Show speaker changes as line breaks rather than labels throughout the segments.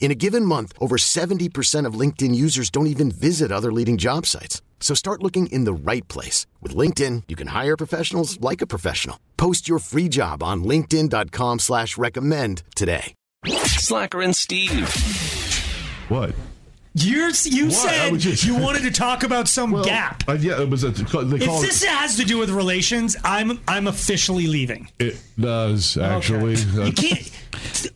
In a given month, over 70% of LinkedIn users don't even visit other leading job sites. So start looking in the right place. With LinkedIn, you can hire professionals like a professional. Post your free job on linkedin.com slash recommend today.
Slacker and Steve.
What?
You're, you
What? I
said
was just-
you wanted to talk about some
Well,
gap.
Uh, yeah, it was a. They
If
call
this
it,
has to do with relations, I'm I'm officially leaving.
it does actually.
Oh, Okay.
Uh,
you can't.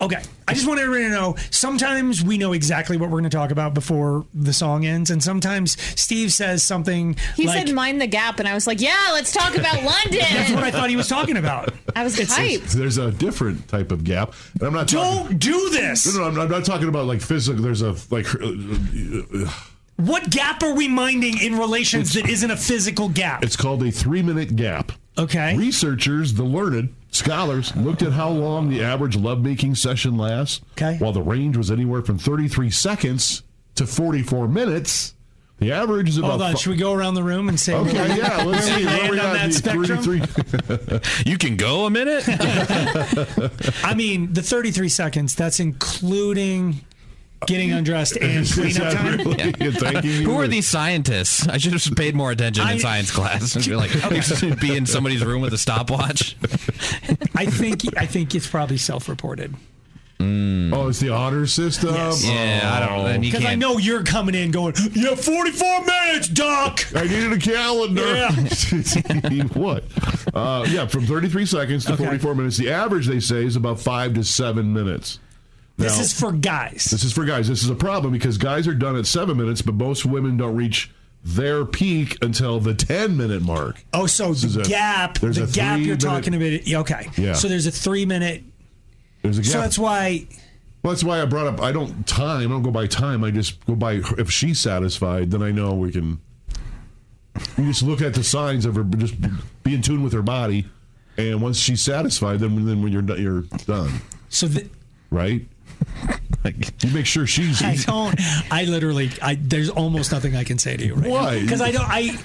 Okay, I just want everyone to know. Sometimes we know exactly what we're going to talk about before the song ends, and sometimes Steve says something.
He
like,
said, "Mind the gap," and I was like, "Yeah, let's talk about
That's what I
London."
thought he was talking about.
I was
It's-
hyped.
There's a different type of gap, and I'm not. Talking,
Don't do this.
no, no, I'm, I'm not talking about like physical. There's a like. uh, uh,
What gap are we minding in relations that isn't a physical gap?
It's called a three-minute gap.
Okay.
Researchers, the learned scholars, looked at how long the average love-making session lasts.
Okay.
While the range was anywhere from 33 seconds to 44 minutes, the average is about.
Hold on.
fi-
Should we go around the room and say?
Okay, yeah, let's see.
Land
Where we
on
at, the
that spectrum?
33
You can go a minute?
I mean, the 33 seconds, that's including getting undressed and
Is
cleanup
that
time.
really a thank you?
Who are these scientists? I should have just paid more attention
I-
in science class. Be like, be in somebody's room with a stopwatch.
I think I think it's probably self-reported.
Oh, it's the honor system. Oh.
Yes.
Yeah, I don't know. And you
Because
can't.
I know you're coming in going, you have 44 minutes, Doc.
I needed a calendar. what? Uh, yeah, from 33 seconds to
Okay.
44 minutes. The average, they say, is about five to seven minutes.
This
Now-
is for guys.
This is for guys. This is a problem because guys are done at seven minutes, but most women don't reach their peak until the 10 minute mark.
Oh, so
is
the
a-
gap,
there's
the
a
gap you're
three-minute-
talking about. yeah, Okay.
Yeah.
So there's a three minute.
There's a gap.
So that's why
Well, that's why I brought up. I don't time. I don't go by time. I just go by her- if she's satisfied. Then I know we can. We just look at the signs of her. Just be in tune with her body, and once she's satisfied, then then when you're done, you're done,
so th-
right? you make sure she's.
I don't. I literally. I there's almost nothing I can say to you right
Why?
Because I don't. I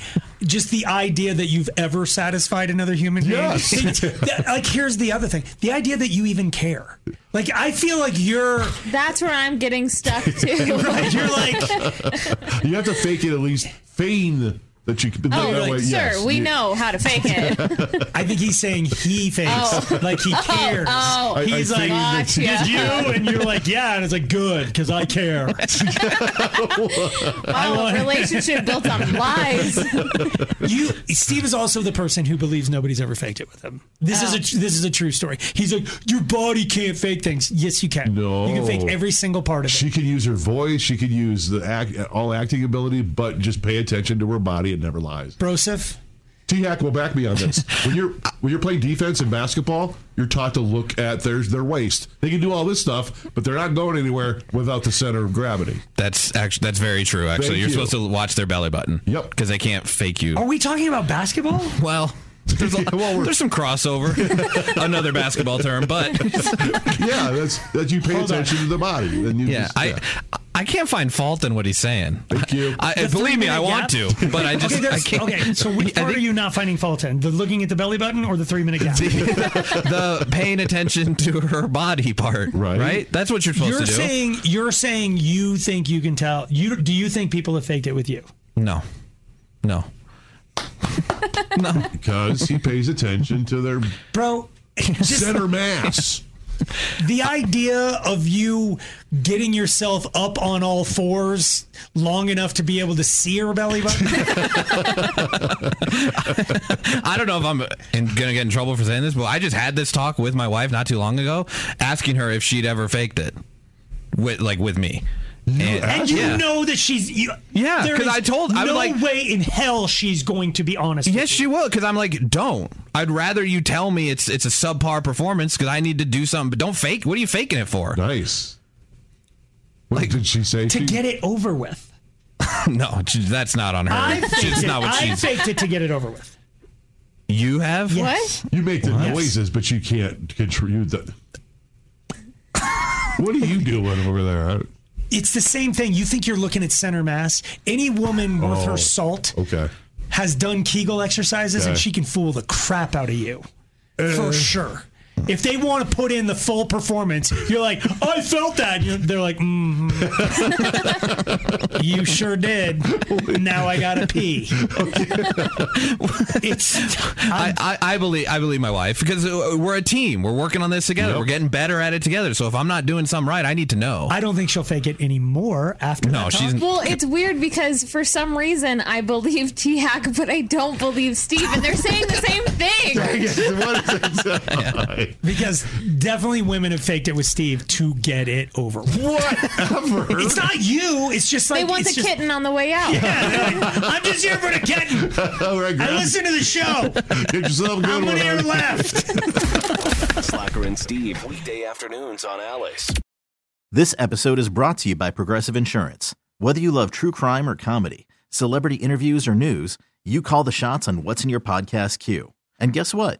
just the idea that you've ever satisfied another human being.
Yes.
That- like here's the other thing: the idea that you even care. Like I feel like you're.
That's where I'm getting stuck too.
You're like
You have to fake it at least. Feign that you. can
oh,
that
like,
way,
sir,
yes.
we
You-
know how to fake it.
I think he's saying he thinks
Oh.
like he cares.
Oh. I-
I
he's like
think that-
"Just you, and you're like yeah, and it's like good because I care.
Oh, relationship built on lies.
You, Steve is also the person who believes nobody's ever faked it with him. This is a tr- this is a true story. He's like, your body can't fake things. Yes, you can.
No.
you can fake every single part of
She
it.
can use her voice. She could use the act, all acting ability, but just pay attention to her body. It never lies.
Broseph,
T Hack will back me on this. When you're when you're playing defense in basketball, you're taught to look at their their waist. They can do all this stuff, but they're not going anywhere without the center of gravity.
That's actually that's very true. Actually,
Thank
you're
you.
supposed to watch their belly button.
Yep.
Because they can't fake you.
are we talking about basketball?
Well. There's, a,
we're-
there's some crossover, another basketball term, but
Yeah, that's that you pay attention to the body. And you
yeah,
just-
I I can't find fault in what he's saying.
Thank you.
I,
The
believe me, I want
three-minute
to, but I just
okay,
I
there's-
can't.
okay. So which
I
part are
think-
you not finding fault in? The looking at the belly button or the three minute gap?
the paying attention to her body part.
Right.
Right? That's what you're supposed
You're
to do.
saying you're saying you think you can tell. You do you think people have faked it with you?
no. No. no.
because he pays attention to their
Bro, just
center mass.
the idea of you getting yourself up on all fours long enough to be able to see her belly button.
I don't know if I'm in, gonna get in trouble for saying this, but I just had this talk with my wife not too long ago, asking her if she'd ever faked it, with like with me. And-
And you
yeah.
know that she's you,
Yeah,
there
'cause
is
I told- I
no
would like-
way in hell she's going to be honest.
Yes, she will. Because I'm like, don't. I'd rather you tell me it's it's a subpar performance because I need to do something. But don't fake. What are you faking it for?
Nice. What did she say?
with you.
she-
to get it over with.
No, j- that's not on her.
I
That's
faked it.
not what
I
she's.
faked it to get it over with.
you have.
What?
You make the noises, but you can't contribute the. what are you doing over there? I-
It's the same thing. You think you're looking at center mass. Any woman worth
Oh,
her salt
Okay.
has done Kegel exercises,
Okay.
and
Eh.
she can fool the crap out of you for sure. If they want to put in the full performance, you're like, I felt that. You- They're like, mm you sure did. Now I gotta pee. it's
I, I, I believe I believe my wife because uh, we're a team. We're working on this together.
Yep.
We're getting better at it together. So if I'm not doing something right, I need to know.
I don't think she'll fake it anymore after.
no,
that
she's.
talk.
Well, it's weird because for some reason I believe Tiak, but I don't believe Steve, and they're saying the same thing.
because definitely women have faked it with Steve to get it over. with.
Whatever.
It's not you. It's just like
They want
it's
the
just-
kitten on the way out.
Yeah, they're like, I'm just here for the kitten.
All right,
I
grab-
listen to the show.
get yourself a good
I'm
one.
one ear
honey.
left.
Slacker and Steve, weekday afternoons on Alice.
This episode is brought to you by Progressive Insurance. Whether you love true crime or comedy, celebrity interviews or news, you call the shots on what's in your podcast queue. And guess what?